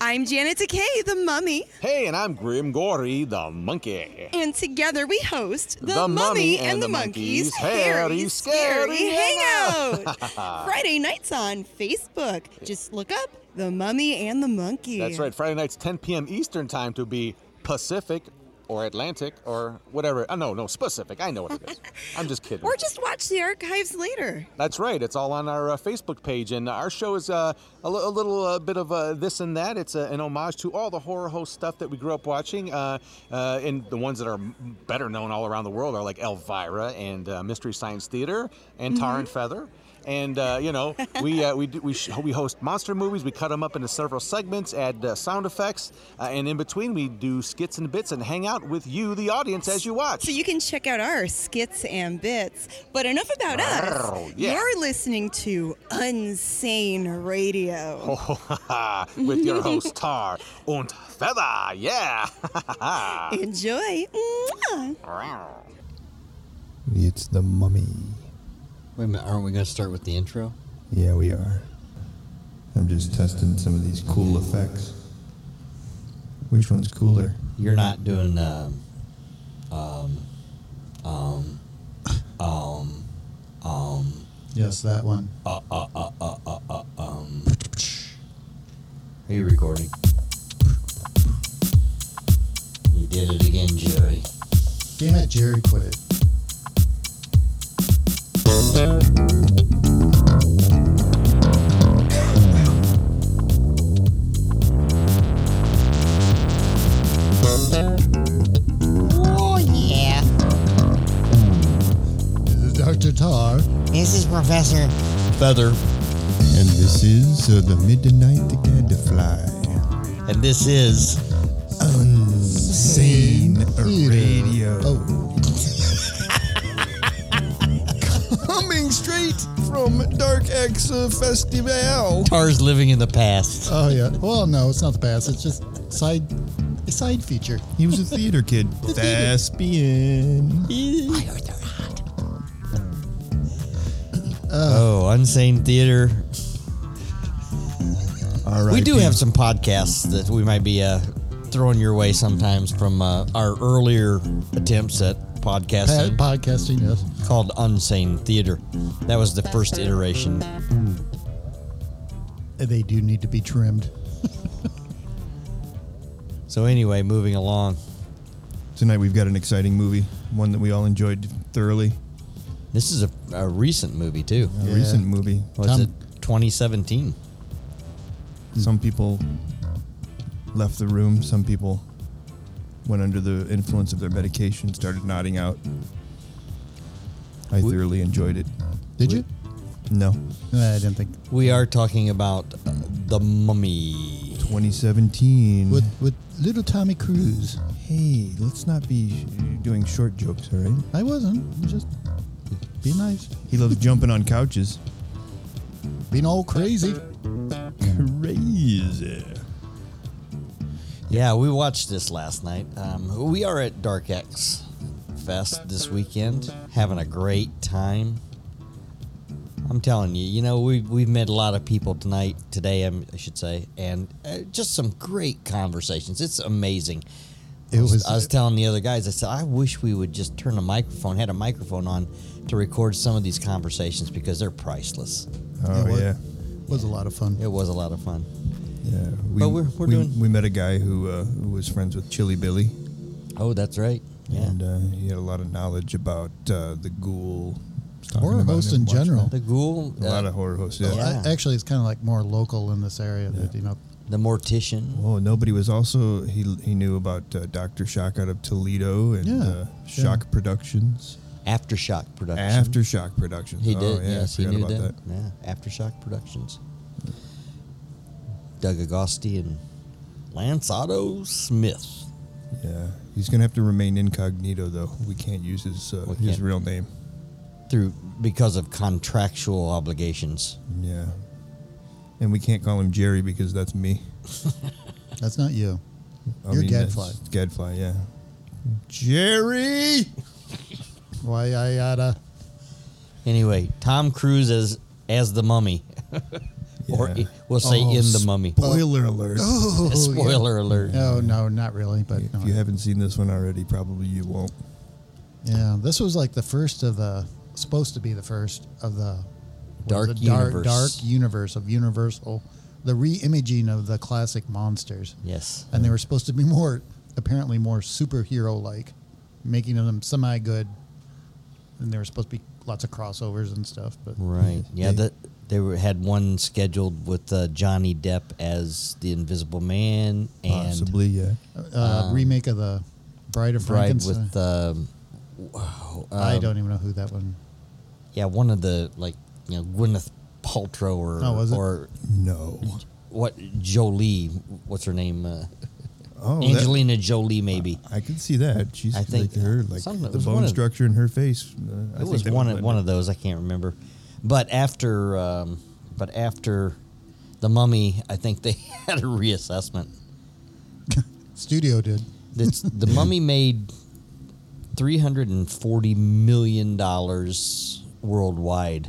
I'm Janet Decay, the mummy, Hey, and I'm Grim Gory the monkey. and together we host The Mummy and the Monkeys Hairy Scary Hangout. Friday nights on Facebook. Just look up The Mummy and the Monkey. That's right. Friday nights, 10 p.m. Eastern time to be Pacific or Atlantic or whatever. Oh, no, no, specific. I know what it is. I'm just kidding. Or just watch the archives later. That's right. It's all on our uh, Facebook page, and our show is uh, a li- a little uh, bit of uh, this and that. It's uh, an homage to all the horror host stuff that we grew up watching, uh, uh, and the ones that are m- better known all around the world are like Elvira and uh, Mystery Science Theater and Tar and Feather. And uh, you know, we uh, we do, we, sh- we host monster movies. We cut them up into several segments, add uh, sound effects, uh, and in between we do skits and bits and hang out with you, the audience, as you watch. So you can check out our skits and bits. But enough about us. Arr, yeah. You're listening to Unsane Radio. with your host Tar und Feather. Yeah. Enjoy. Mwah. It's the mummy. Wait a minute, aren't we going to start with the intro? Yeah, we are. I'm just testing some of these cool effects. Which one's cooler? You're not doing, um, um, um, um, um. Yes, that one. Are you recording? You did it again, Jerry. Damn it, Jerry quit it. Oh, yeah. This is Dr. Tar. This is Professor. Feather. And this is uh, the Midnight Gadfly. And this is. Unsane Radio. Oh. Coming straight from Dark X uh, Festival. Tar's living in the past. Oh yeah. Well, no, it's not the past. It's just side, a side feature. He was a theater kid. Thespian. Oh, Unsane Theater. All right. We do have some podcasts that we might be uh, throwing your way sometimes from uh, our earlier attempts at Pa- podcasting podcasting. Yes. called Unsane Theater. That was the first iteration. They do need to be trimmed. So, anyway, moving along. Tonight we've got an exciting movie, one that we all enjoyed thoroughly. This is a, a recent movie, too. A Yeah. recent movie. Was Tom- it 2017? Some people left the room. Some people went under the influence of their medication, started nodding out. I thoroughly enjoyed it. Did you? No. No, I didn't think. We are talking about uh, The Mummy. 2017. With with little Tommy Cruise. hey, let's not be doing short jokes, all right? I wasn't. I'm just be nice. He loves jumping on couches. Being all crazy. Crazy. Yeah, we watched this last night. Um, we are at Dark X Fest this weekend, having a great time. I'm telling you, you know, we've, we've met a lot of people tonight, today, um, I should say, and uh, just some great conversations. It's amazing. It I was, was- I was telling the other guys, I said, I wish we would just turn a microphone, had a microphone on to record some of these conversations because they're priceless. Oh, It wa- yeah. Was a lot of fun. It was a lot of fun. Yeah. We, But we're- we're we, doing- we met a guy who, uh, who was friends with Chili Billy. Oh, that's right. Yeah. and uh, he had a lot of knowledge about uh, the ghoul. was talking Horror about hosts him in watching general. the ghoul, it. A lot uh, of horror hosts. Well, Yeah. Yeah. I- actually, it's kind of like more local in this area. That, you know, the mortician. Oh, nobody was also he he knew about uh, Doctor Shock out of Toledo and Yeah, uh, yeah. Shock Productions, Aftershock Productions. Aftershock Productions. He oh, did. Yeah, I yes, he forgot knew about that. Yeah, Aftershock Productions. Doug Agosti and Lance Otto Smith. Yeah, he's gonna have to remain incognito though. We can't use his uh, We his can't. real name. Through because of contractual obligations. Yeah, and we can't call him Jerry because that's me. that's not you. I You're mean, that's Gadfly. Gadfly. Yeah. Jerry. Why I gotta. Anyway, Tom Cruise as as the mummy. Or Yeah. i- we'll say Oh, in the mummy. Spoiler alert. Oh, yeah. Spoiler alert. No, no, not really. But If no. you haven't seen this one already, probably you won't. yeah, this was like the first of the supposed to be the first of the what Dark is it? dark universe. dark universe of Universal, the re-imaging of the classic monsters. Yes. and they were supposed to be more apparently more superhero like making them semi good and there were supposed to be lots of crossovers and stuff but Right. Yeah. That they were, had one scheduled with uh, Johnny Depp as the Invisible Man and Possibly, yeah. uh, remake of the bride of um, Bride frankenstein with um, wow, i um, don't even know who that one Yeah, one of the like you know Gwyneth Paltrow or Oh, was it? or No. what Jolie? What's her name? Uh, Oh, that- Angelina Jolie, maybe. I can see that. She's I think like her, like something- it the was one bone of- structure in her face. uh, I it think was they one would of blend one it. of those. I can't remember. But after, um, but after the Mummy, I think they had a reassessment. studio did It's, the Mummy made three hundred and forty million dollars worldwide.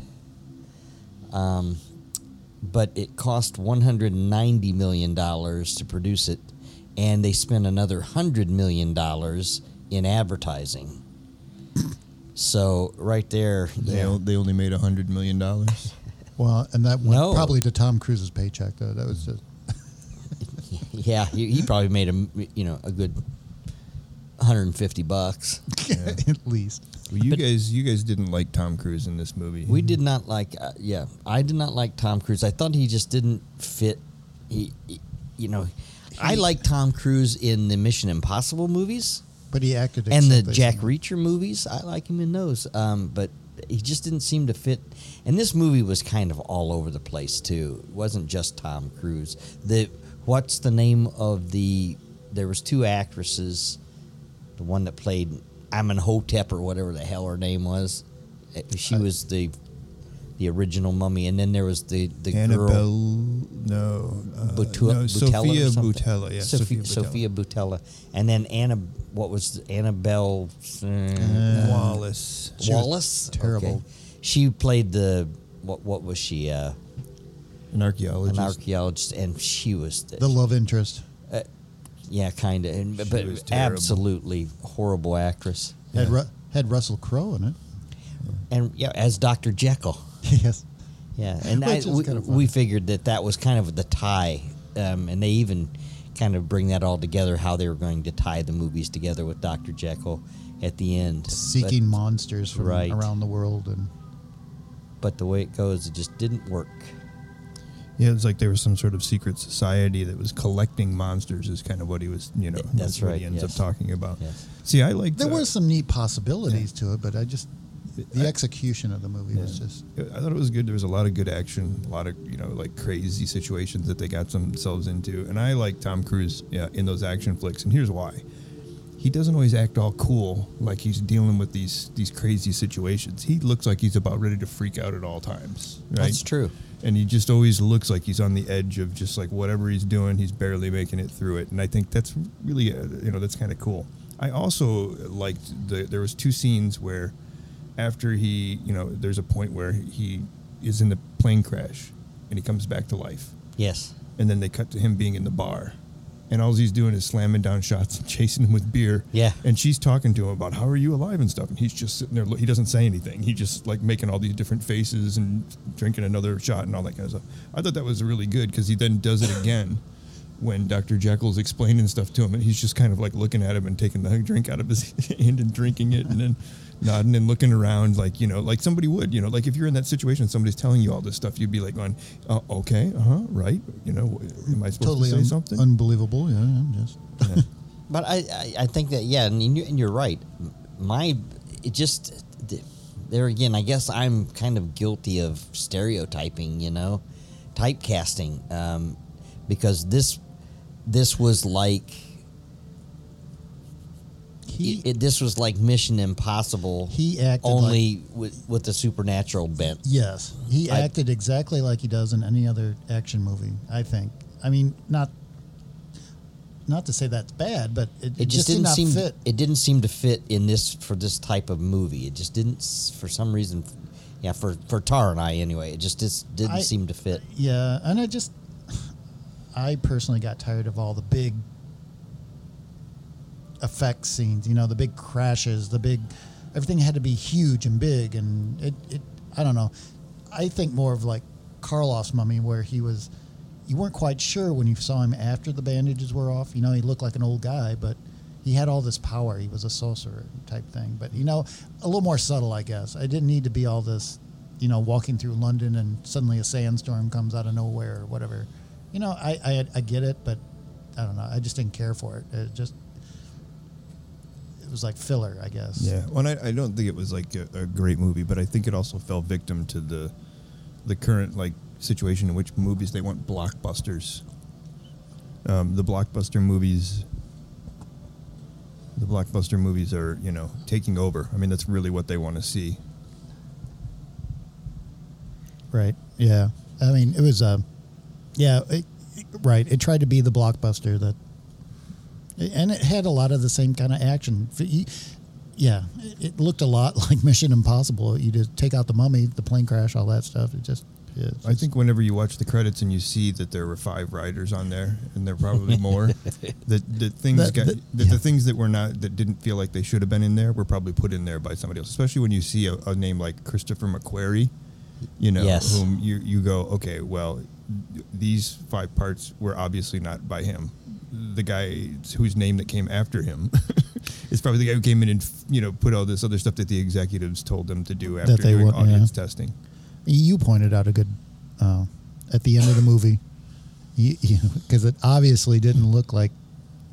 Um, but it cost one hundred and ninety million dollars to produce it, and they spent another hundred million dollars in advertising. So right there, They, yeah. o- they only made a hundred million dollars. well and that went No. probably to tom cruise's paycheck though that was just Yeah, he, he probably made a you know a good 150 bucks. at least Well, you guys, you guys didn't like Tom Cruise in this movie. We did not like uh, yeah, I did not like Tom Cruise. I thought he just didn't fit he, he- you know I like Tom Cruise in the Mission Impossible movies but he acted in and the something. Jack Reacher movies. I like him in those. Um, but he just didn't seem to fit. And this movie was kind of all over the place too. It wasn't just Tom Cruise. The what's the name of the? There was two actresses. The one that played Amenhotep or whatever the hell her name was. Uh, She was the the original mummy, and then there was the the Annabelle, girl. no, uh, Butu- no, Butella Sophia or something? Butella, yeah, Sophia, Sophia Butella. Sophia Butella, and then Anna. What was the- Annabelle? uh, Wallace. Wallace. terrible. Okay. She played the what? What was she? Uh, an archaeologist. an archaeologist, and she was the, the love interest yeah, kind of, and She was but terrible. absolutely horrible actress. had Ru- had russell crowe in it And yeah, as Doctor Jekyll. yes Yeah, and I, Which is we, kinda funny. we figured that that was kind of the tie, um, and they even kind of bring that all together how they were going to tie the movies together with Doctor Jekyll at the end. But- seeking monsters from Right. around the world and but the way it goes, it just didn't work. Yeah, it was like there was some sort of secret society that was collecting monsters. Is kind of what he was, you know. That's what right, He ends yes. up talking about. Yes. See, I uh, like There the, were some neat possibilities to it, but I just the I- execution of the movie was just I thought it was good. There was a lot of good action, a lot of you know like crazy situations that they got themselves into. And I like Tom Cruise yeah, in those action flicks, and here's why: he doesn't always act all cool like he's dealing with these these crazy situations. He looks like he's about ready to freak out at all times. Right? That's true. And he just always looks like he's on the edge of just like whatever he's doing, he's barely making it through it. And I think that's really uh, you know that's kind of cool. I also liked the there was two scenes where after he you know there's a point where he is in the plane crash and he comes back to life Yes. and then they cut to him being in the bar and all he's doing is slamming down shots and chasing him with beer Yeah. and she's talking to him about how are you alive and stuff and he's just sitting there he doesn't say anything he just like making all these different faces and drinking another shot and all that kind of stuff i thought that was really good because he then does it again when dr jekyll's explaining stuff to him and he's just kind of like looking at him and taking the drink out of his hand and drinking it and then nodding and looking around like you know like somebody would you know like if you're in that situation somebody's telling you all this stuff you'd be like going uh, okay uh-huh right you know am i supposed totally to say un- something unbelievable. Yeah, yeah, just But I, I, I think that yeah, and you're, and you're right. My, it just there again. I guess I'm kind of guilty of stereotyping, you know, typecasting, um, because this this was like he it, this was like Mission Impossible. He acted only with with the supernatural bent. yes he I- acted exactly like he does in any other action movie. I think. I mean, not not to say that's bad, but it, It just, didn't did not seem fit. it didn't seem to fit in this for this type of movie. It just didn't s- for some reason Yeah, for for Tar and I anyway, it just dis- didn't I- seem to fit. Yeah, and I just, I personally got tired of all the big effect scenes. You know, the big crashes, the big, everything had to be huge and big, and it, it I don't know. I think more of like Karloff's Mummy, where he was, you weren't quite sure when you saw him after the bandages were off. You know, he looked like an old guy, but he had all this power. He was a sorcerer type thing, but you know, a little more subtle, I guess. I didn't need to be all this, you know, walking through London and suddenly a sandstorm comes out of nowhere or whatever. You know, I I, I get it, but I don't know. I just didn't care for it. It just it was like filler, I guess. Yeah, well, I, I don't think it was like a, a great movie, but I think it also fell victim to the the current like situation in which movies they want blockbusters. Um, the blockbuster movies, the blockbuster movies are you know taking over. I mean, that's really what they want to see. Right. Yeah. I mean, it was uh, yeah, it, it- right. It tried to be the blockbuster that, and it had a lot of the same kind of action. F- you- Yeah, it- it looked a lot like Mission Impossible. You just take out the mummy, the plane crash, all that stuff. It just, yeah, it's I just- think whenever you watch the credits and you see that there were five riders on there, and there are probably more, that that things That- got that- that yeah. the things that were not that didn't feel like they should have been in there were probably put in there by somebody else. Especially when you see a, a name like Christopher McQuarrie, you know, Yes. whom you you go, okay, well, these five parts were obviously not by him. The guy whose name that came after him. is probably the guy who came in and you know put all this other stuff that the executives told them to do after they doing wa- yeah. audience testing. you pointed out a good uh, at the end of the movie because it obviously didn't look like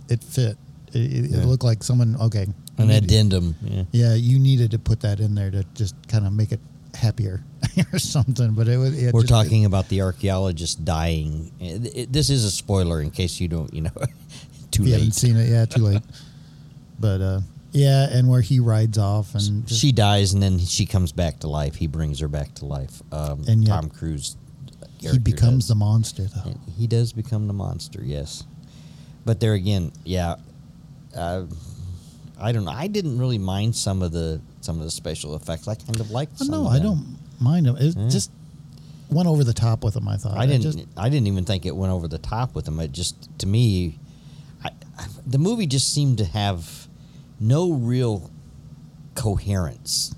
it fit. It, it, Yeah. it looked like someone okay. An addendum. Yeah. Yeah, you needed to put that in there to just kind of make it happier or something. But it was. It We're just- uh, talking about the archaeologist dying. It- it- this is a spoiler in case you don't, you know, too If you haven't late. seen it, yeah, too late. but uh, yeah, and where he rides off and just- She dies and then she comes back to life. He brings her back to life. Um, And yet Tom Cruise. uh, he becomes the monster though. And he does become the monster, yes. But there again, yeah, uh, I don't know. I didn't really mind some of the some of the special effects. I kind of liked. Oh, some no, of I them. don't mind him. It just went over the top with him. I thought I didn't. Just, I didn't even think it went over the top with him. It just to me, I, I, the movie just seemed to have no real coherence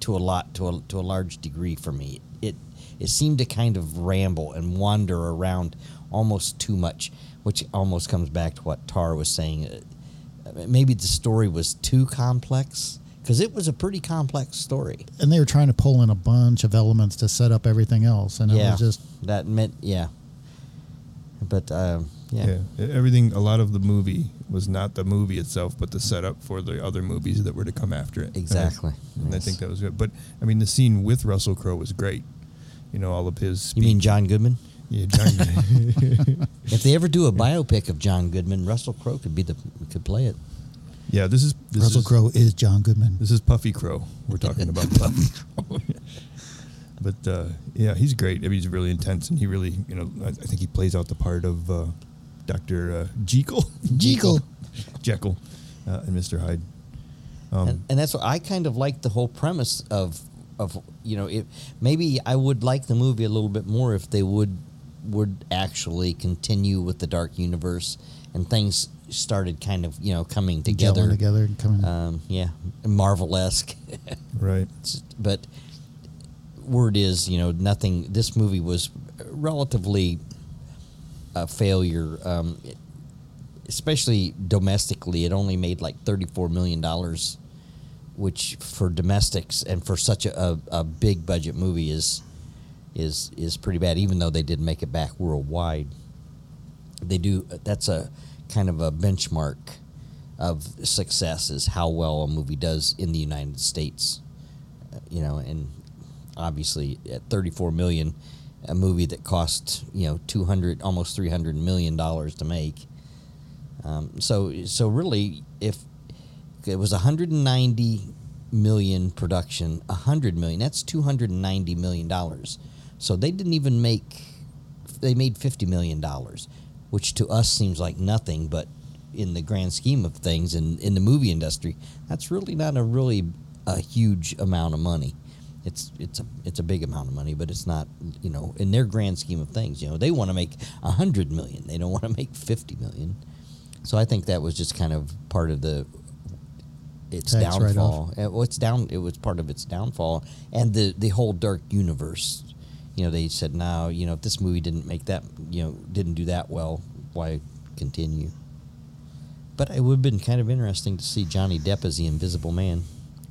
to a lot to a, to a large degree for me. It it seemed to kind of ramble and wander around almost too much, which almost comes back to what Tar was saying. Uh, Maybe the story was too complex because it was a pretty complex story. and they were trying to pull in a bunch of elements to set up everything else, and it yeah, was just that meant yeah. But um, Yeah. E, everything. A lot of the movie was not the movie itself, but the setup for the other movies that were to come after it. Exactly. and I, and I Yes. think that was good. But I mean, the scene with Russell Crowe was great. You know, all of his. You mean John Goodman? Yeah, John, If they ever do a biopic of John Goodman, Russell Crowe could be the could play it. yeah, this is this Russell is, Crowe is John Goodman. This is Puffy Crow. We're talking about Puffy Crow. but uh, yeah, he's great. I mean, he's really intense, and he really, you know, I, I think he plays out the part of uh, Doctor uh, Jekyll, Jekyll. Jekyll, uh, and Mister Hyde. and, and that's what I kind of like the whole premise of of you know if maybe I would like the movie a little bit more if they would would actually continue with the dark universe and things started kind of you know coming together. gelling together and coming. Um, yeah, Marvel esque. Right. s- but word is you know nothing this movie was relatively a failure um, it- especially domestically it only made like 34 million dollars which for domestics and for such a, a, a big budget movie is is is pretty bad even though they did make it back worldwide they do that's a kind of a benchmark of success is how well a movie does in the United States Uh, you know and obviously at 34 million a movie that cost you know 200 almost 300 million dollars to make um, so so really if it was 190 million production 100 million that's 290 million dollars so they didn't even make they made 50 million dollars which to us seems like nothing but in the grand scheme of things in, in the movie industry that's really not a really a huge amount of money It's it's a it's a big amount of money, but it's not you know in their grand scheme of things. You know they want to make a hundred million. They don't want to make fifty million. So I think that was just kind of part of the its Tax write-off. downfall. Uh, well, it's down. It was part of its downfall, and the the whole dark universe. You know, they said, "Now, you know, if this movie didn't make that, you know, didn't do that well, why continue?" But it would have been kind of interesting to see Johnny Depp as the Invisible Man.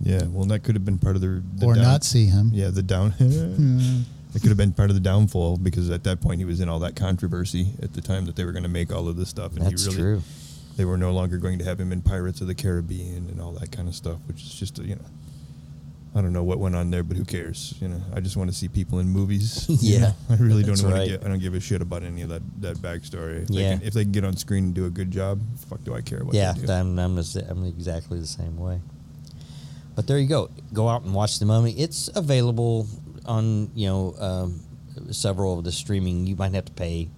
Yeah, well, that could have been part of the, the or down- not see Hmm. him. Yeah, the down. It could have been part of the downfall because at that point he was in all that controversy at the time that they were going to make all of this stuff, and That's he really true. they were no longer going to have him in Pirates of the Caribbean and all that kind of stuff, which is just a, you know, I don't know what went on there, but who cares? You know, I just want to see people in movies. you Yeah, know? I really don't that's want right. to. Get, I don't give a shit about any of that that backstory. If Yeah. they can, if they can get on screen and do a good job, fuck, do I care what? yeah, they do. I'm, I'm, the sa- I'm exactly the same way. But there you go. Go out and watch The Mummy. It's available on, you know, um, several of the streaming. You might have to pay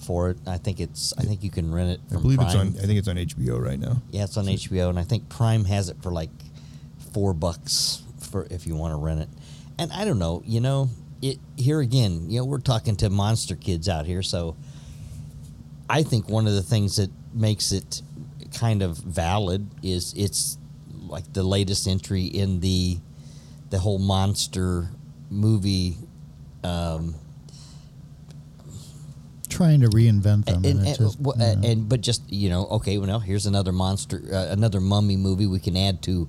for it. I think it's. I think you can rent it. I From believe it's Prime. on. I think it's on HBO right now. Yeah, it's on HBO, and I think Prime has it for like four bucks for if you want to rent it. And I don't know, you know, it here again, you know, we're talking to monster kids out here, so I think one of the things that makes it kind of valid is it's like the latest entry in the the whole monster movie Trying to reinvent them. and, and and, it just, well, you uh, know. and but just you know okay well now here's another monster uh, another mummy movie we can add to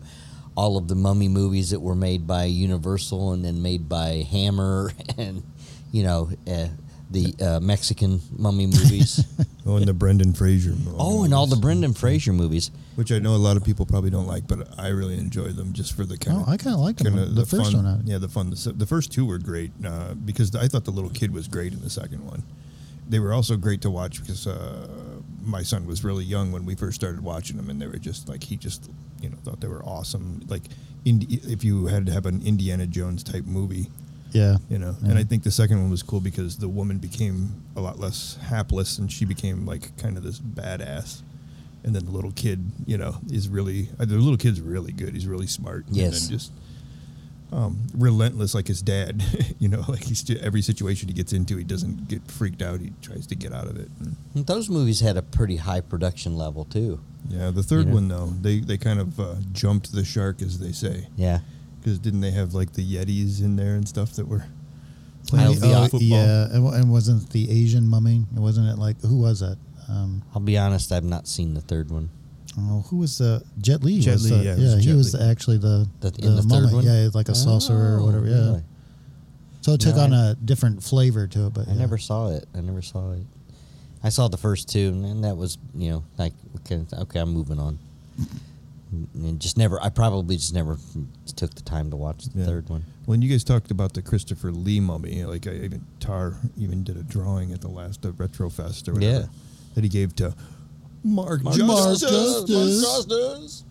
all of the mummy movies that were made by universal and then made by hammer and you know uh, the uh, mexican mummy movies Oh, and the Brendan Fraser. oh and all the brendan fraser movies which I know a lot of people probably don't like, but I really enjoy them just for the kind Oh, of. I kinda like 'em. The first fun, one, I- Yeah, the fun. The, the first two were great uh, because I thought the little kid was great in the second one. They were also great to watch because uh, my son was really young when we first started watching them, and they were just like he just you know thought they were awesome. Like, Indi- if you had to have an Indiana Jones type movie, yeah. you know. And I Mm-hmm. think the second one was cool because the woman became a lot less hapless, and she became like kind of this badass. And then the little kid, you know, is really uh, the little kid's really good. He's really smart. Yes. And then just um, relentless, like his dad. you know, like he's ju- every situation he gets into, he doesn't get freaked out. He tries to get out of it. And, those movies had a pretty high production level too yeah. The third Yeah. one though, they they kind of uh, jumped the shark, as they say. yeah Because didn't they have like the yetis in there and stuff that were I'll playing be uh, hon- football? Yeah, and, wa- and wasn't it the Asian mummy? It wasn't it like who was it? Um, i'll be honest i've not seen the third one oh, who was the Jet Li? Jet was Li, the- yeah, it was yeah, he Jet was Li. actually the The- the, in the third mummy. one? Yeah, like a sorcerer or Oh, whatever. Yeah, really? so it took No, on I- a different flavor to it. But I yeah. never saw it. I never saw it. I saw the first two, and then that was you know like okay, okay I'm moving on. And just never, I probably just never took the time to watch the Yeah. third one. When you guys talked about the Christopher Lee mummy, you know, like I even Tar even did a drawing at the last uh, Retrofest or whatever Yeah. that he gave to Mark, Mark Justice. Justice.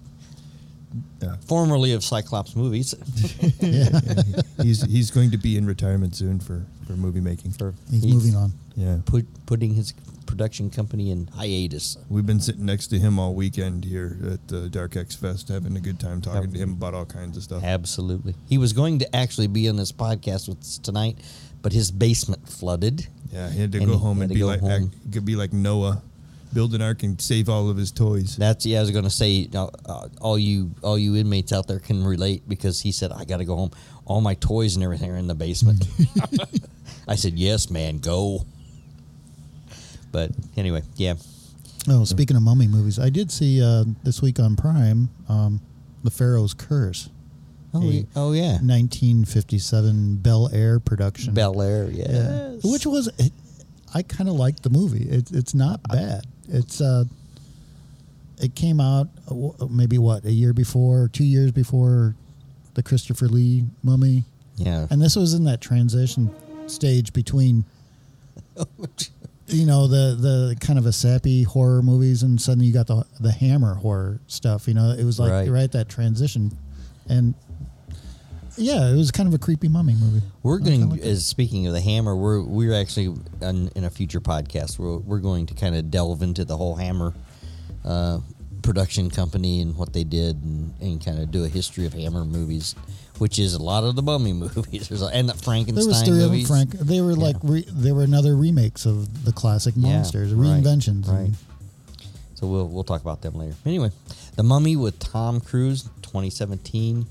Formerly of Cyclops movies, Yeah, he's he's going to be in retirement soon for for movie making. for he's, moving on. Yeah, Put, putting his production company in hiatus. we've been sitting next to him all weekend here at the Dark X Fest, having a good time talking to him about all kinds of stuff. Absolutely, he was going to actually be on this podcast with us tonight, but his basement flooded. Yeah, he had to And go he home had and to be go like home. act- could be like Noah, build an ark and save all of his toys. That's yeah. I was gonna say you know, uh, all you all you inmates out there can relate because he said I got to go home. All my toys and everything are in the basement. I said yes, man, go. But anyway, yeah, Oh, speaking of mummy movies, I did see uh, this week on Prime, um, The Pharaoh's Curse. Oh, a yeah. Oh, yeah. 1957 Bel Air production. Bel Air, yes. Yeah. Which was, it, I kind of liked the movie. It, it's not bad. It's uh, it came out uh, wh- maybe what a year before, or two years before the Christopher Lee Mummy, yeah, and this was in that transition stage between. You know the the kind of a sappy horror movies, and suddenly you got the the Hammer horror stuff. You know it was like Right. right, that transition, and yeah, it was kind of a creepy mummy movie. We're I going kinda liked it. as speaking of the hammer, we're we're actually on, in a future podcast. We're we're going to kind of delve into the whole hammer uh, production company and what they did, and, and kind of do a history of Hammer movies, which is a lot of the Mummy movies. There's a, and the Frankenstein There was three of them, movies. Frank. They were like re, they were another remakes of the classic Yeah, monsters, right, reinventions. Right. and- So we'll we'll talk about them later. Anyway, The Mummy with Tom Cruise, 2017.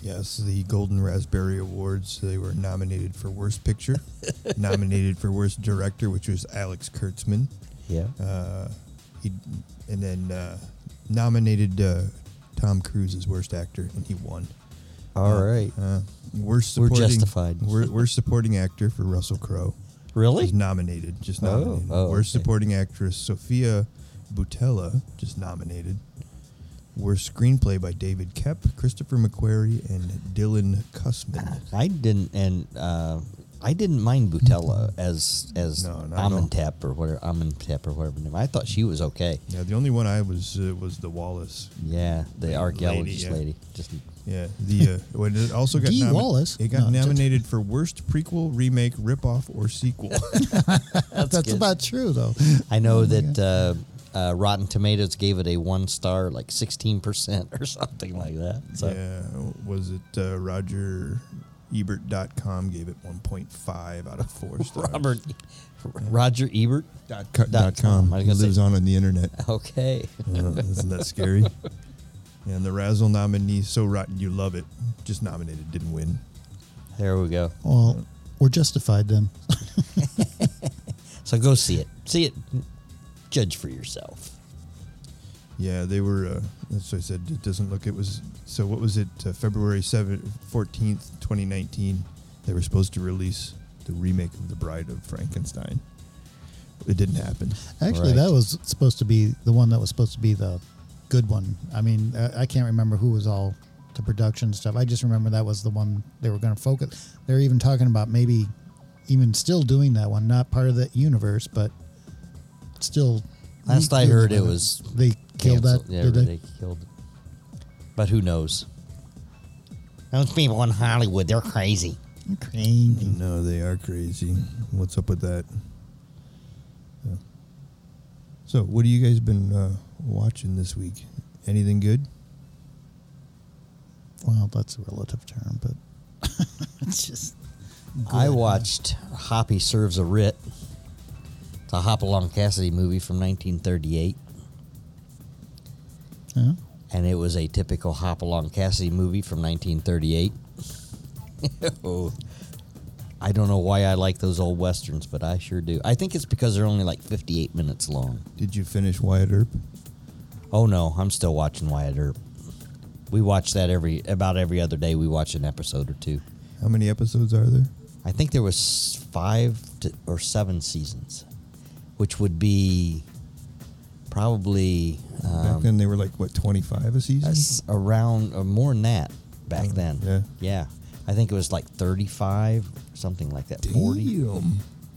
Yes, the Golden Raspberry Awards. They were nominated for Worst Picture, nominated for Worst Director, which was Alex Kurtzman. Yeah. Uh, he, and then uh, nominated uh, Tom Cruise as Worst Actor, and he won. All right. Uh, worst We're supporting, justified. We're, worst supporting actor for Russell Crowe. Really? Just nominated. Just Oh, nominated. oh, worst okay. supporting actress Sophia Butella. Just nominated. Worst screenplay by David Kep, Christopher McQuarrie, and Dylan Cussman. Uh, I didn't, and uh, I didn't mind Butella as as No, not at all. Amenhotep or whatever Amenhotep or whatever name. I thought she was okay. Yeah, the only one I was uh, was the Wallace. Yeah, the Lady, archaeologist yeah. lady, Just Yeah, the uh, when it also got Dee nomi- Wallace? It got No, it's- nominated for worst prequel, remake, ripoff, or sequel. That's, good. about true though. I know that uh, uh, Rotten Tomatoes gave it a one star, like sixteen percent or something like that. So yeah, was it uh, Roger? Ebert.com gave it 1.5 out of 4 stars. Robert E, Roger Ebert. dot, co- Dot dot com. com. I was He gonna say- lives on on the internet. Okay. Uh, isn't that scary? And the Razzle nominee, So Rotten You Love It, just nominated, didn't win. There we go. Well, we're justified then. So go see it. See it. Judge for yourself. Yeah, they were. Uh, that's what I said. It doesn't look. It was. So what was it? Uh, February 7th, 14th, 2019. They were supposed to release the remake of The Bride of Frankenstein. It didn't happen. Actually, Right. that was supposed to be the one that was supposed to be the good one. I mean, I, I can't remember who was all the production stuff. I just remember that was the one they were going to focus. They're even talking about maybe even still doing that one, not part of that universe, but still. Last I doing heard that it one. was they killed Cancel- that. Yeah, did they? they killed it. But who knows? Those people in Hollywood, they're crazy. Crazy. No, they are crazy. What's up with that? Yeah. So, what have you guys been uh, watching this week? Anything good? Well, that's a relative term, but it's just. I watched Hoppy Serves a Writ. It's a Hopalong Cassidy movie from 1938. Yeah. And it was a typical Hopalong Cassidy movie from 1938. Oh. I don't know why I like those old westerns, but I sure do. I think it's because they're only like 58 minutes long. Did you finish Wyatt Earp? Oh no, I'm still watching Wyatt Earp. We watch that every about every other day. We watch an episode or two. How many episodes are there? I think there was five to, or seven seasons, which would be probably Back then, they were like what twenty-five a season. that's around or more than that back then. Mm, yeah. yeah. I think it was like thirty-five, something like that. Forty. Damn.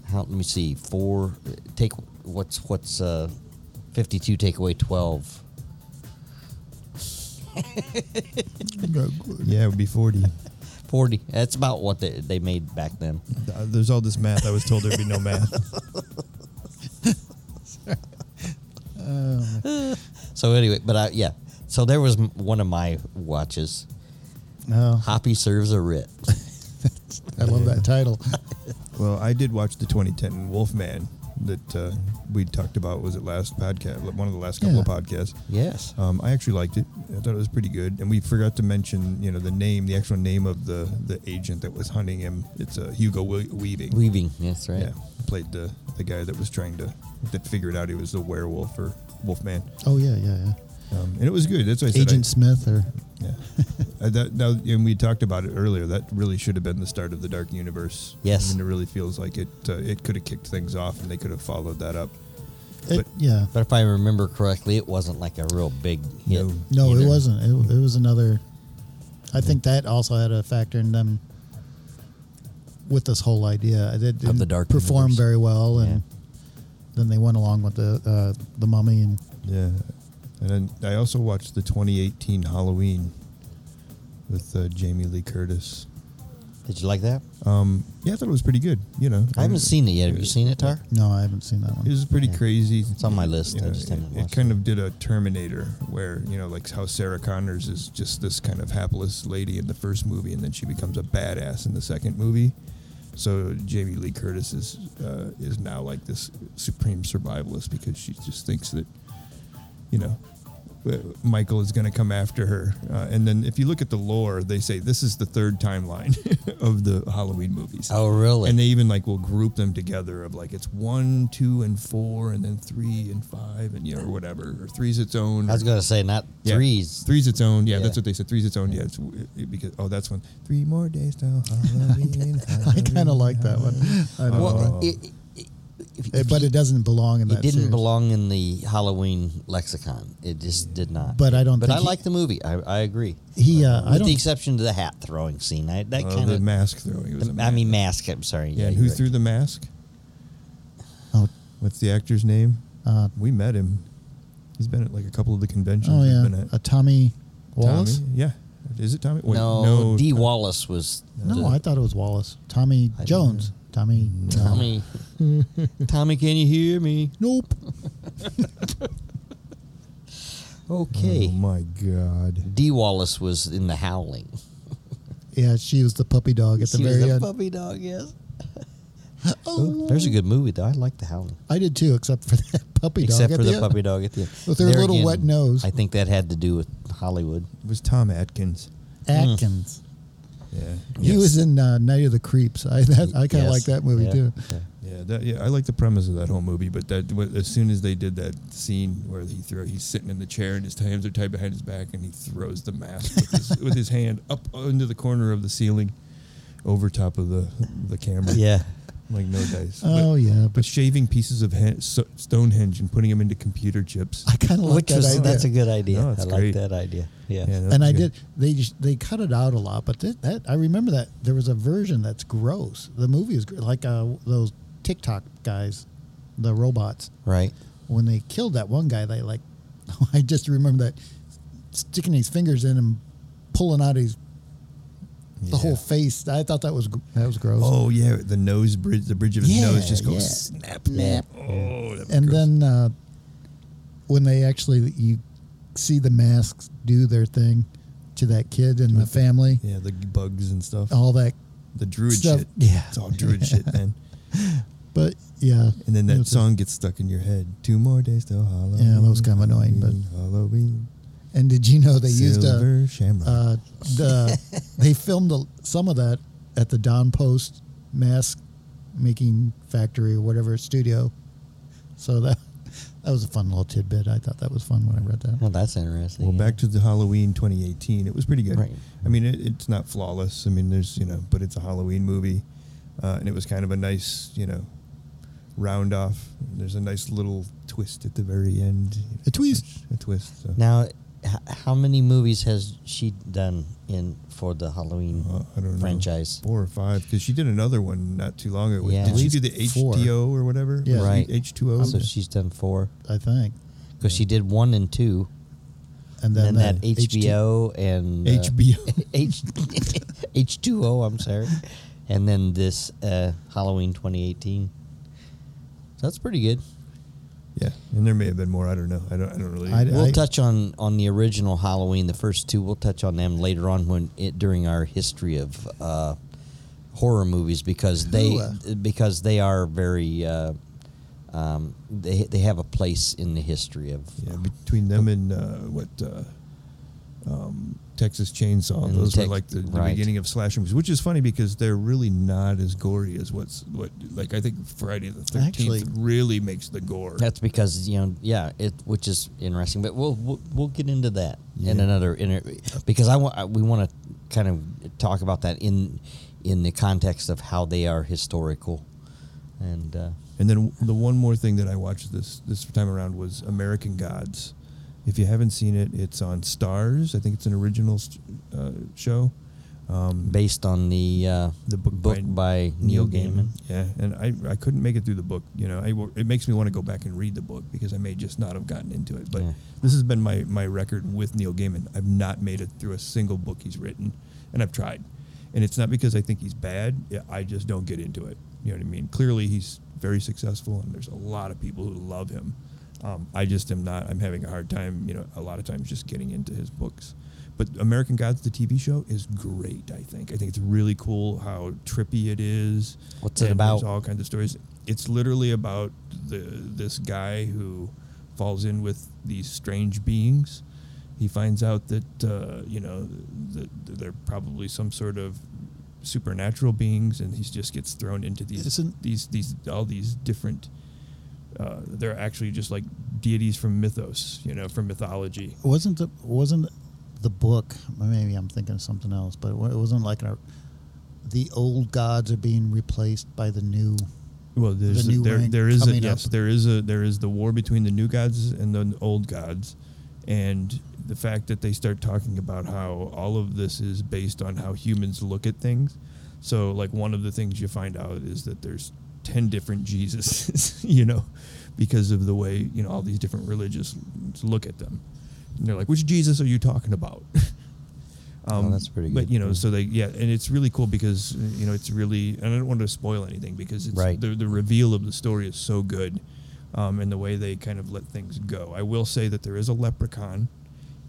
How, let me see. Four. Take what's what's uh, fifty-two. Take away twelve. Yeah, it would be forty. 40. That's about what they, they made back then. Uh, There's all this math. I was told there'd be no math. So anyway, but I, yeah. So there was m- one of my watches. No, Hoppy serves a writ. I love that title. Well, I did watch the 2010 Wolfman that uh, we talked about. Was it last podcast? One of the last couple Yeah. of podcasts. yes. Um, I actually liked it. I thought it was pretty good. And we forgot to mention, you know, the name, the actual name of the the agent that was hunting him. It's uh, Hugo Wea- Weaving. Weaving. That's right. yeah, played the the guy that was trying to that figured out he was the werewolf or Wolfman. Oh yeah, yeah, yeah. Um, and it was good. That's why I said I- Agent Smith or yeah. Uh, that, that, and we talked about it earlier. That really should have been the start of the Dark Universe. Yes. I mean, it really feels like it. Uh, it could have kicked things off, and they could have followed that up. it, But- yeah. But if I remember correctly, it wasn't like a real big hit. No. No, either. it wasn't. It, it was another. I think that also had a factor in them with this whole idea. It didn't the Dark perform Universe. very well, and Yeah. then they went along with the uh, the mummy and Yeah. And then I also watched the 2018 Halloween with uh, Jamie Lee Curtis. Did you like that? Um, yeah, I thought it was pretty good. You know, Um, I haven't seen it yet. uh, Have you seen it, Tar? No, I haven't seen that one. It was pretty Yeah. crazy. It's on my list. You I know, just it, haven't it watched kind of did a Terminator, where you know, like how Sarah Connors is just this kind of hapless lady in the first movie, and then she becomes a badass in the second movie. So Jamie Lee Curtis is uh, is now like this supreme survivalist because she just thinks that, you know, uh, Michael is going to come after her. Uh, and then if you look at the lore, they say this is the third timeline of the Halloween movies. Oh, really? And they even like will group them together of like it's one, two, and four, and then three and five, and you know, or whatever. Or three's its own. I was gonna say not Yeah. threes. Three's its own. Yeah, Yeah. that's what they said. Three's its own. Yeah, it's it, because oh, that's one. Three more days till Halloween. I kind of like that one. I don't know. Well, Oh. it, it, if- Uh, It- if but you- it doesn't belong in that. it didn't series. belong in the Halloween lexicon. It just did not. But I don't But think I he- like the movie. I, I agree. He, uh, I with don't. the exception to the hat throwing scene. I, that Oh, kind the of. mask throwing. It was I amazing. mean, mask. I'm sorry. Yeah, and who you're threw the mask? oh, What's the actor's name? uh, We met him. He's been at like a couple of the conventions. oh we've yeah, been at. uh, Tommy Wallace. Tommy? Yeah. Is it Tommy? right. Wait, no, no. D. Wallace was. No, the- I thought it was Wallace. Tommy I Jones. Tommy. Tommy. Tommy, can you hear me? Nope. Okay. Oh my God. D. Wallace was in the Howling. Yeah, she was the puppy dog at the She was very the end. puppy dog. Yes. oh, There's a good movie though. I like the Howling. I did too, except for that puppy dog. Except at for the end. puppy dog at the end. With her There little wet nose. I think that had to do with Hollywood. It was Tom Atkins. Atkins. Yeah. He Mm. Yes. was in uh, Night of the Creeps. I that, I kind Yes. of like that movie Yeah. too. Yeah. Yeah, that, yeah, I like the premise of that whole movie, but that wh- as soon as they did that scene where he throw, he's sitting in the chair and his hands are tied behind his back, and he throws the mask with his, with his hand up into the corner of the ceiling, over top of the the camera. Yeah. like no dice. Oh but, yeah, but but shaving pieces of he- so, Stonehenge and putting them into computer chips. I kind of like Which that was idea. that's a good idea. No, I it's like great. that idea. Yeah. Yeah, that's and I good. did. They just, they cut it out a lot, but that, that I remember that there was a version that's gross. The movie is gr- like uh, those TikTok guys, the robots. Right. When they killed that one guy, they like. I just remember that sticking his fingers in and pulling out his the whole face. I thought that was gr- that was gross. Oh yeah, the nose bridge, the bridge of his Yeah, nose just goes yeah. snap. Snap. Oh, that was and gross. then uh, when they actually you see the masks do their thing to that kid and the family, yeah, the bugs and stuff. all that. the druid stuff- shit. yeah. it's all druid shit, man. But yeah, And then it that was- song gets stuck in your head. Two more days till Halloween. Yeah, that was kind of annoying, but- Halloween, Halloween. And did you know they used Silver a shamrock. uh, the they filmed a, some of that at the Don Post mask making factory or whatever studio. So that that was a fun little tidbit. I thought that was fun when I read that. Well, Oh, that's interesting. well, yeah. back to the Halloween 2018. It was pretty good. Right. I mean, it, it's not flawless. I mean, there's you know, but it's a Halloween movie, uh, and it was kind of a nice you know round off. There's a nice little twist at the very end. A twist. A twist. So. now, h- how many movies has she done in for the Halloween Uh, I don't know. franchise? Four or five, because she did another one not too long ago. Yeah. Did she At do the least four. HTO or whatever? Yeah. Was it Right. H2O. So she's done four I think. because she did one and two, And and then, then that uh, HT HBO and uh, HBO. H H two O. I'm sorry, and then this uh, Halloween 2018. So that's pretty good. yeah, and there may have been more. I don't know. I don't. I don't really. I- Well, We'll touch on on the original Halloween, the first two. We'll touch on them later on when it during our history of uh, horror movies because they uh? Ooh. because they are very uh, um, they they have a place in the history of yeah, between them and uh, what uh, um, Texas Chainsaw, And those Tex- were like the, the right. beginning of slasher movies, which is funny because they're really not as gory as what's what. Like I think Friday the Thirteenth Actually- really makes the gore. That's because you know, yeah, it which is interesting. But we'll we'll, we'll get into that in Yeah. another inter- because I want we want to kind of talk about that in in the context of how they are historical, and uh, And then the one more thing that I watched this this time around was American Gods. If you haven't seen it, it's on Stars. I think it's an original st- uh, show. Um, based on the uh, the book, book by Neil Gaiman. Yeah, and I, I couldn't make it through the book. You know, I, wa- it makes me want to go back and read the book because I may just not have gotten into it. But Yeah. this has been my, my record with Neil Gaiman. I've not made it through a single book he's written, and I've tried. And it's not because I think he's bad. yeah, I just don't get into it. You know what I mean? Clearly, he's very successful, and there's a lot of people who love him. Um, I just am not. I'm having a hard time. You know, a lot of times just getting into his books. But American Gods, the TV show, is great. I think. I think it's really cool how trippy it is. What's it and about? there's all kinds of stories. It's literally about the this guy who falls in with these strange beings. He finds out that uh, you know that they're probably some sort of supernatural beings, and he just gets thrown into these Isn't- these these all these different. Uh, they're actually just like deities from mythos, you know, from mythology. wasn't the wasn't the book maybe i'm thinking of something else but it wa- it wasn't like a, the old gods are being replaced by the new Well, there's The new there, rank there is a, coming yes, up. there is a there is the war between the new gods and the old gods, and the fact that they start talking about how all of this is based on how humans look at things. So, like one of the things you find out is that there's ten different Jesuses, you know, because of the way you know all these different religious look at them. And they're like, which Jesus are you talking about? Um, that's pretty But good. you know, so they yeah, and it's really cool because uh, you know it's really and I don't want to spoil anything because it's Right. the the reveal of the story is so good, um, and the way they kind of let things go. I will say that there is a leprechaun,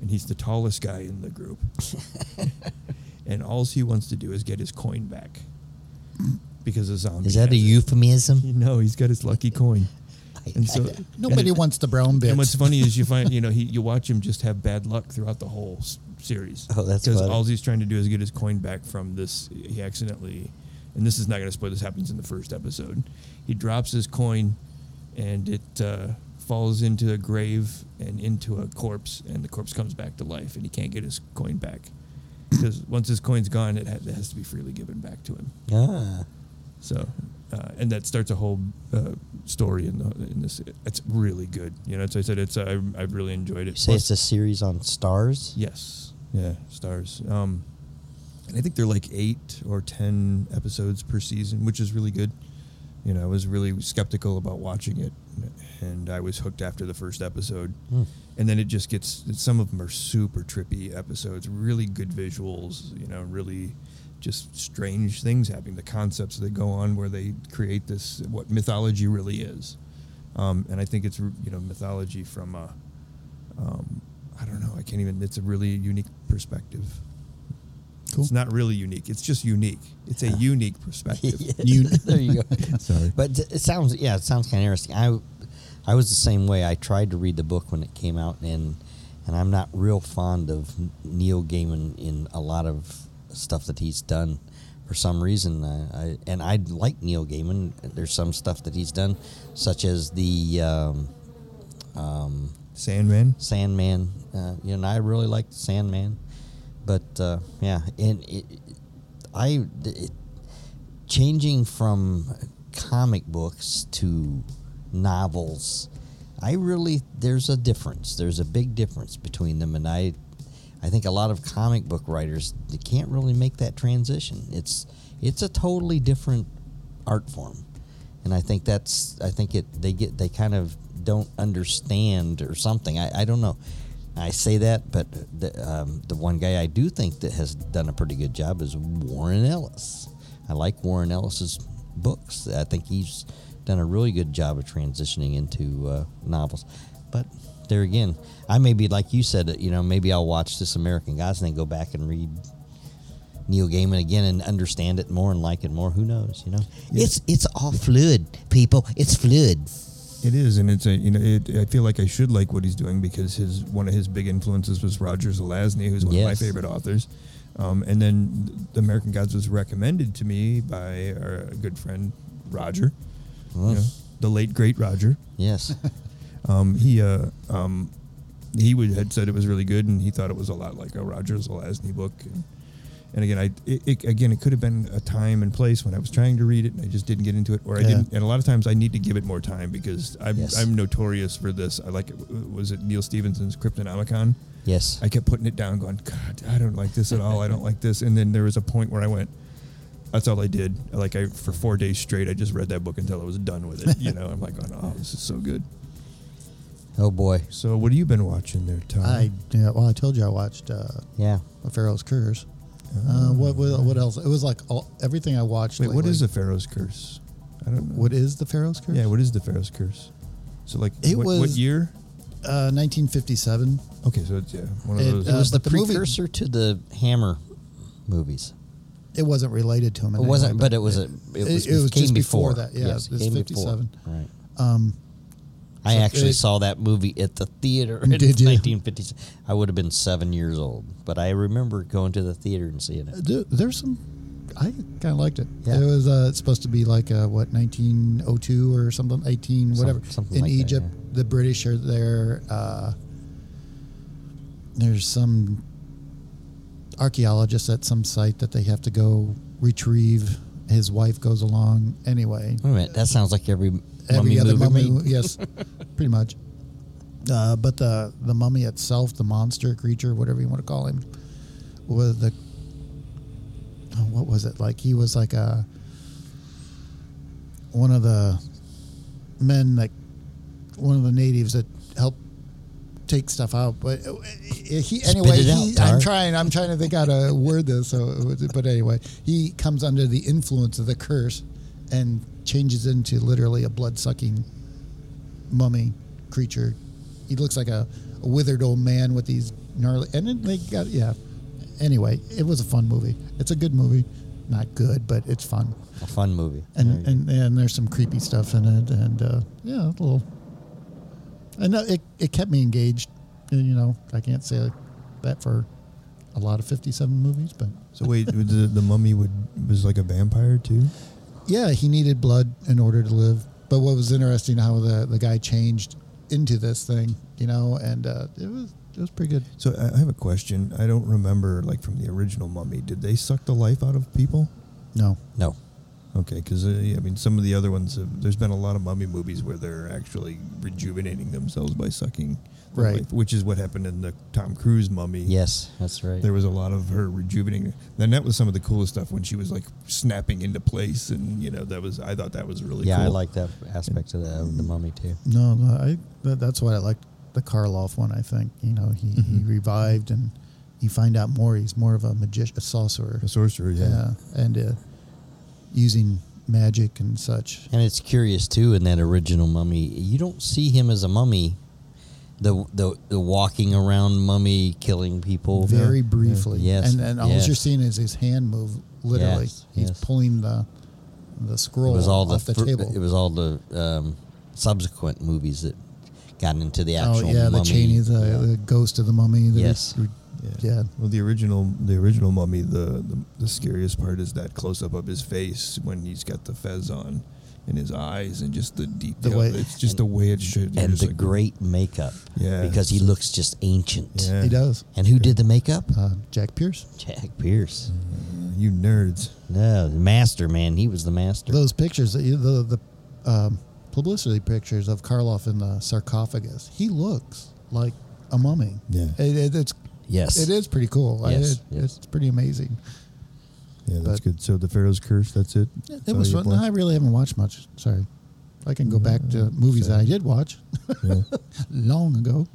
and he's the tallest guy in the group, and all he wants to do is get his coin back because the zombie Is that a has it. euphemism? No, he's got his lucky coin, and so nobody wants the brown bits and what's funny is you find you know he you watch him just have bad luck throughout the whole s- series. Oh, that's because funny. all he's trying to do is get his coin back from this. He accidentally, and this is not going to spoil. This happens in the first episode. He drops his coin, and it uh, falls into a grave and into a corpse, and the corpse comes back to life, and he can't get his coin back because once his coin's gone, it, ha- it has to be freely given back to him. Ah. So, uh, and that starts a whole uh, story in the in this. It's really good. You know, as I said, it's I I really enjoyed it. You say Plus- it's a series on stars? yes, yeah, stars. Um, and I think they're like eight or ten episodes per season, which is really good. You know, I was really skeptical about watching it, and I was hooked after the first episode. And then it just gets some of them are super trippy episodes, really good visuals. You know, really just strange things happening. The concepts that go on where they create this what mythology really is, um, and I think it's you know mythology from a, um, I don't know, I can't even. It's a really unique perspective. Cool. It's not really unique. It's just unique. It's a unique perspective. there you go. Sorry. But th- it sounds yeah, it sounds kind of interesting. I I was the same way. I tried to read the book when it came out, and and I'm not real fond of Neil Gaiman in a lot of stuff that he's done. For some reason, I, I and I like Neil Gaiman. There's some stuff that he's done, such as the um, Sandman. Sandman. Uh, you know, and I really liked Sandman, but uh, yeah, and it, I it, changing from comic books to novels. I really there's a difference. There's a big difference between them, and I, I think a lot of comic book writers they can't really make that transition. It's it's a totally different art form, and I think that's I think it they get they kind of don't understand or something. I, I don't know. I say that, but the, um, the one guy I do think that has done a pretty good job is Warren Ellis. I like Warren Ellis's books. I think he's done a really good job of transitioning into uh, novels. But there again, I may be like you said. You know, maybe I'll watch this American Gods and then go back and read Neil Gaiman again and understand it more and like it more. Who knows? You know, It's it's all fluid, people. It's fluid. It is, and it's a you know. It, I feel like I should like what he's doing because his one of his big influences was Roger Zelazny, who's one Yes. of my favorite authors. Um, and then The American Gods was recommended to me by our good friend Roger, you know, the late great Roger. yes, Um, he uh, um, he would, had said it was really good, and he thought it was a lot like a Roger Zelazny book. And, and again, I it, it, again it could have been a time and place when I was trying to read it, and I just didn't get into it, or I Yeah. didn't. And a lot of times I need to give it more time because I'm Yes. I'm notorious for this. I like it. Was it Neil Stevenson's Cryptonomicon? yes. I kept putting it down, going, God, I don't like this at all. I don't like this. And then there was a point where I went, that's all I did. Like I for four days straight, I just read that book until I was done with it. You know, I'm like, oh no, this is so good. oh boy, So, what have you been watching there, Tom? i yeah, well i told you i watched uh yeah. pharaoh's curse Uh, what, what what else? It was like all, everything I watched. Wait, what lately. is the Pharaoh's curse? I don't know. What is the Pharaoh's Curse? Yeah, what is the Pharaoh's curse? So like, It what, what was- year? Uh, 1957. Okay, so it's yeah, one of It, those. uh, It was but the the movie- precursor to the Hammer movies. It wasn't related to him. in It any wasn't, way, but it was a. It, was, it was came just before before that, yeah, Yes, it was came 57. Before. Right. Um, I so actually it- saw that movie at the theater in Did you? 1950s. I would have been seven years old, but I remember going to the theater and seeing it. There- there's some. I kind of liked it. Yeah. It was uh, it's supposed to be like uh, what 1902 or something, 18 whatever. something In like that, Egypt, yeah. the British are there. Uh, there's some archaeologist at some site that they have to go retrieve. His wife goes along anyway. Wait a minute, that sounds like every, Every mummy other movie. mummy, yes, pretty much. Uh, but the the mummy itself, the monster creature, whatever you want to call him, was the oh, what was it like? He was like a one of the men that one of the natives that helped take stuff out. But uh, he anyway, it out, he, Tar. I'm trying I'm trying to think how to word this. So, it was- but anyway, he comes under the influence of the curse and changes into literally a blood sucking mummy creature. He looks like a, a withered old man with these gnarly. And then they got yeah. Anyway, it was a fun movie. It's a good movie, not good, but it's fun. A fun movie. And and, and there's some creepy stuff in it, and uh, yeah, a little. And uh, it it kept me engaged. And, You know, I can't say that for a lot of 57 movies, but so wait, the, the mummy would was like a vampire too. yeah, he needed blood in order to live. But what was interesting how the the guy changed into this thing, you know, and uh, it was it was pretty good. So I I have a question. I don't remember like from the original mummy. Did they suck the life out of people? No, No. Okay, because uh, yeah, I mean, some of the other ones, have, there's been a lot of mummy movies where they're actually rejuvenating themselves by sucking, the Right. life, which is what happened in the Tom Cruise mummy. Yes, that's right. there was a lot of her rejuvenating. Then that was some of the coolest stuff when she was like snapping into place, and you know that was I thought that was really yeah, cool. I like that aspect of the, of the mummy too. no, no I that, that's what I liked the Karloff one. I think you know he, he revived and you find out more. He's more of a magician, a sorcerer. the sorcerer. Yeah, yeah, and uh, using magic and such. And it's curious too in that original mummy, you don't see him as a mummy. The the, the walking around mummy killing people. very briefly. Yes, And and all yes. you're seeing is his hand move. Literally, Yes, he's yes. pulling the the It scroll was all off the, the, fir- table. It was all the um, subsequent movies that got into the oh actual yeah, the mummy. Cheney, the, Yeah. the ghost of the mummy. The Yes. re- yeah. Well, the original, the original mummy, the, the the scariest part is that close up of his face when he's got the fez on, and his eyes, and just the detail. way- it's just the way it should. You're and just the like, great makeup. Yeah. Because he looks just ancient. Yeah. he does. And who did the makeup? Uh, Jack Pierce. Jack Pierce. Mm. You nerds. No, the master, man. He was the master. Those pictures, the the, the um, publicity pictures of Karloff in the sarcophagus. He looks like a mummy. Yeah. It, it, it's yes. it is pretty cool. I- Yes, it- yes. It's pretty amazing. Yeah, that's But- good. So the Pharaoh's curse. That's it. It was fun. No, I really haven't watched much. Sorry. I can go back to movies that I did watch long ago.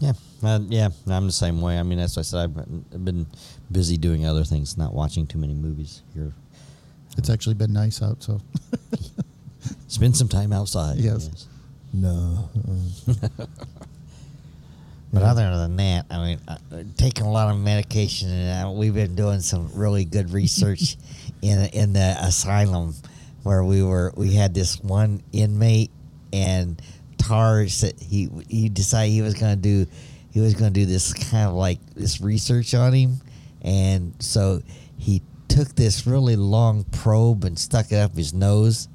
Yeah, uh, yeah, I'm the same way. I mean, that's what I said. I've been- I've been busy doing other things, not watching too many movies here. It's actually been nice out, so Spend some time outside. Yes. No. uh, But other than that, I mean, I- I'm taking a lot of medication, and uh, we've been doing some really good research in in the asylum where we were. We had this one inmate, and Tar said he he decided he was going to do he was going to do this kind of like this research on him, and so he took this really long probe and stuck it up his nose,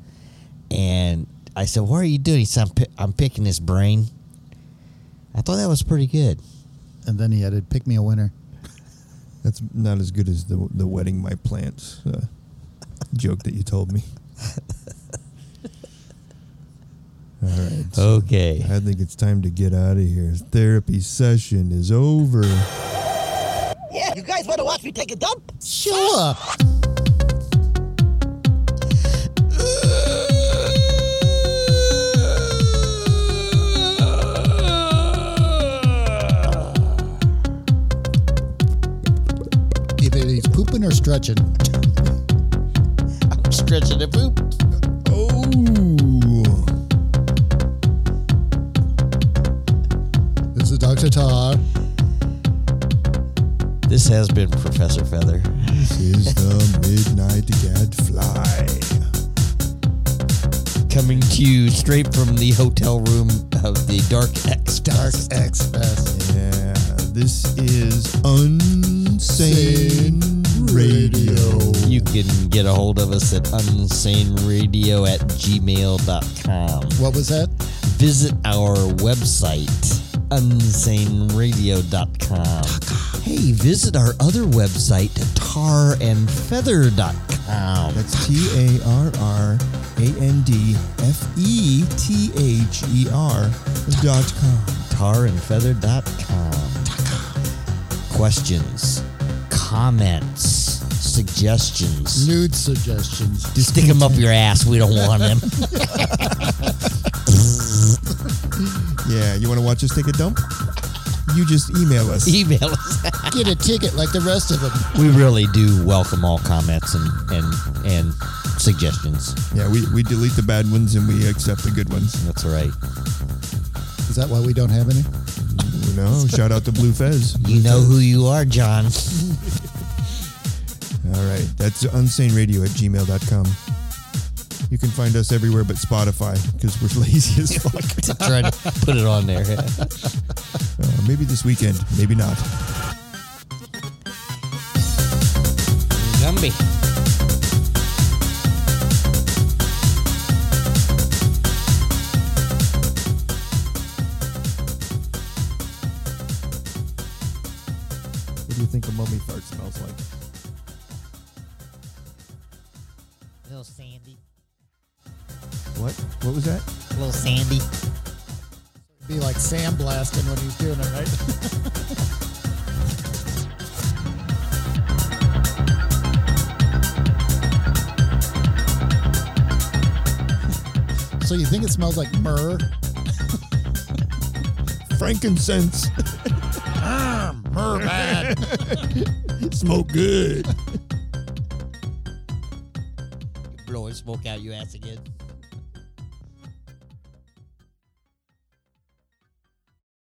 and I said, "What are you doing?" He said, "I'm, pi- I'm picking his brain." I thought that was pretty good. and then he added "Pick me a winner." That's not as good as the the wetting my plants uh, joke that you told me. All right. Okay. I think it's time to get out of here. Therapy session is over. Yeah, you guys want to watch me take a dump? Sure. stretching. I'm stretching the poop. Oh. This is Dr. Tar. This has been Professor Feather. This is the Midnight Gadfly. Coming to you straight from the hotel room of the Dark X. Dark X Fest. Yeah, this is Unsane Radio. You can get a hold of us at unsaneradio at gmail.com. What was that? Visit our website, unsaneradio.com. Hey, visit our other website, tarandfeather.com. That's T A R R A N D F E T H E R dot com. tarandfeather.com. Questions, comments, suggestions. Nude suggestions. Just stick them up your ass. We don't want them. Yeah, you want to watch us take a dump? You just email us. Email us. Get a ticket like the rest of them. We really do welcome all comments and and and suggestions. Yeah, we, we delete the bad ones and we accept the good ones. That's right. Is that why we don't have any? You know, shout out to Blue Fez. You know who you are, John. All right, that's unsaneradio at gmail.com. You can find us everywhere but Spotify because we're lazy as fuck. Trying to put it on there. Uh, maybe this weekend, maybe not. Gumby. What do you think a mummy fart smells like? Little Sandy. What? What was that? Little Sandy. Be like sandblasting when he's doing it, right? so you think it smells like myrrh? Frankincense. Myrrh bad. Smoke good. Blowing smoke out your ass again.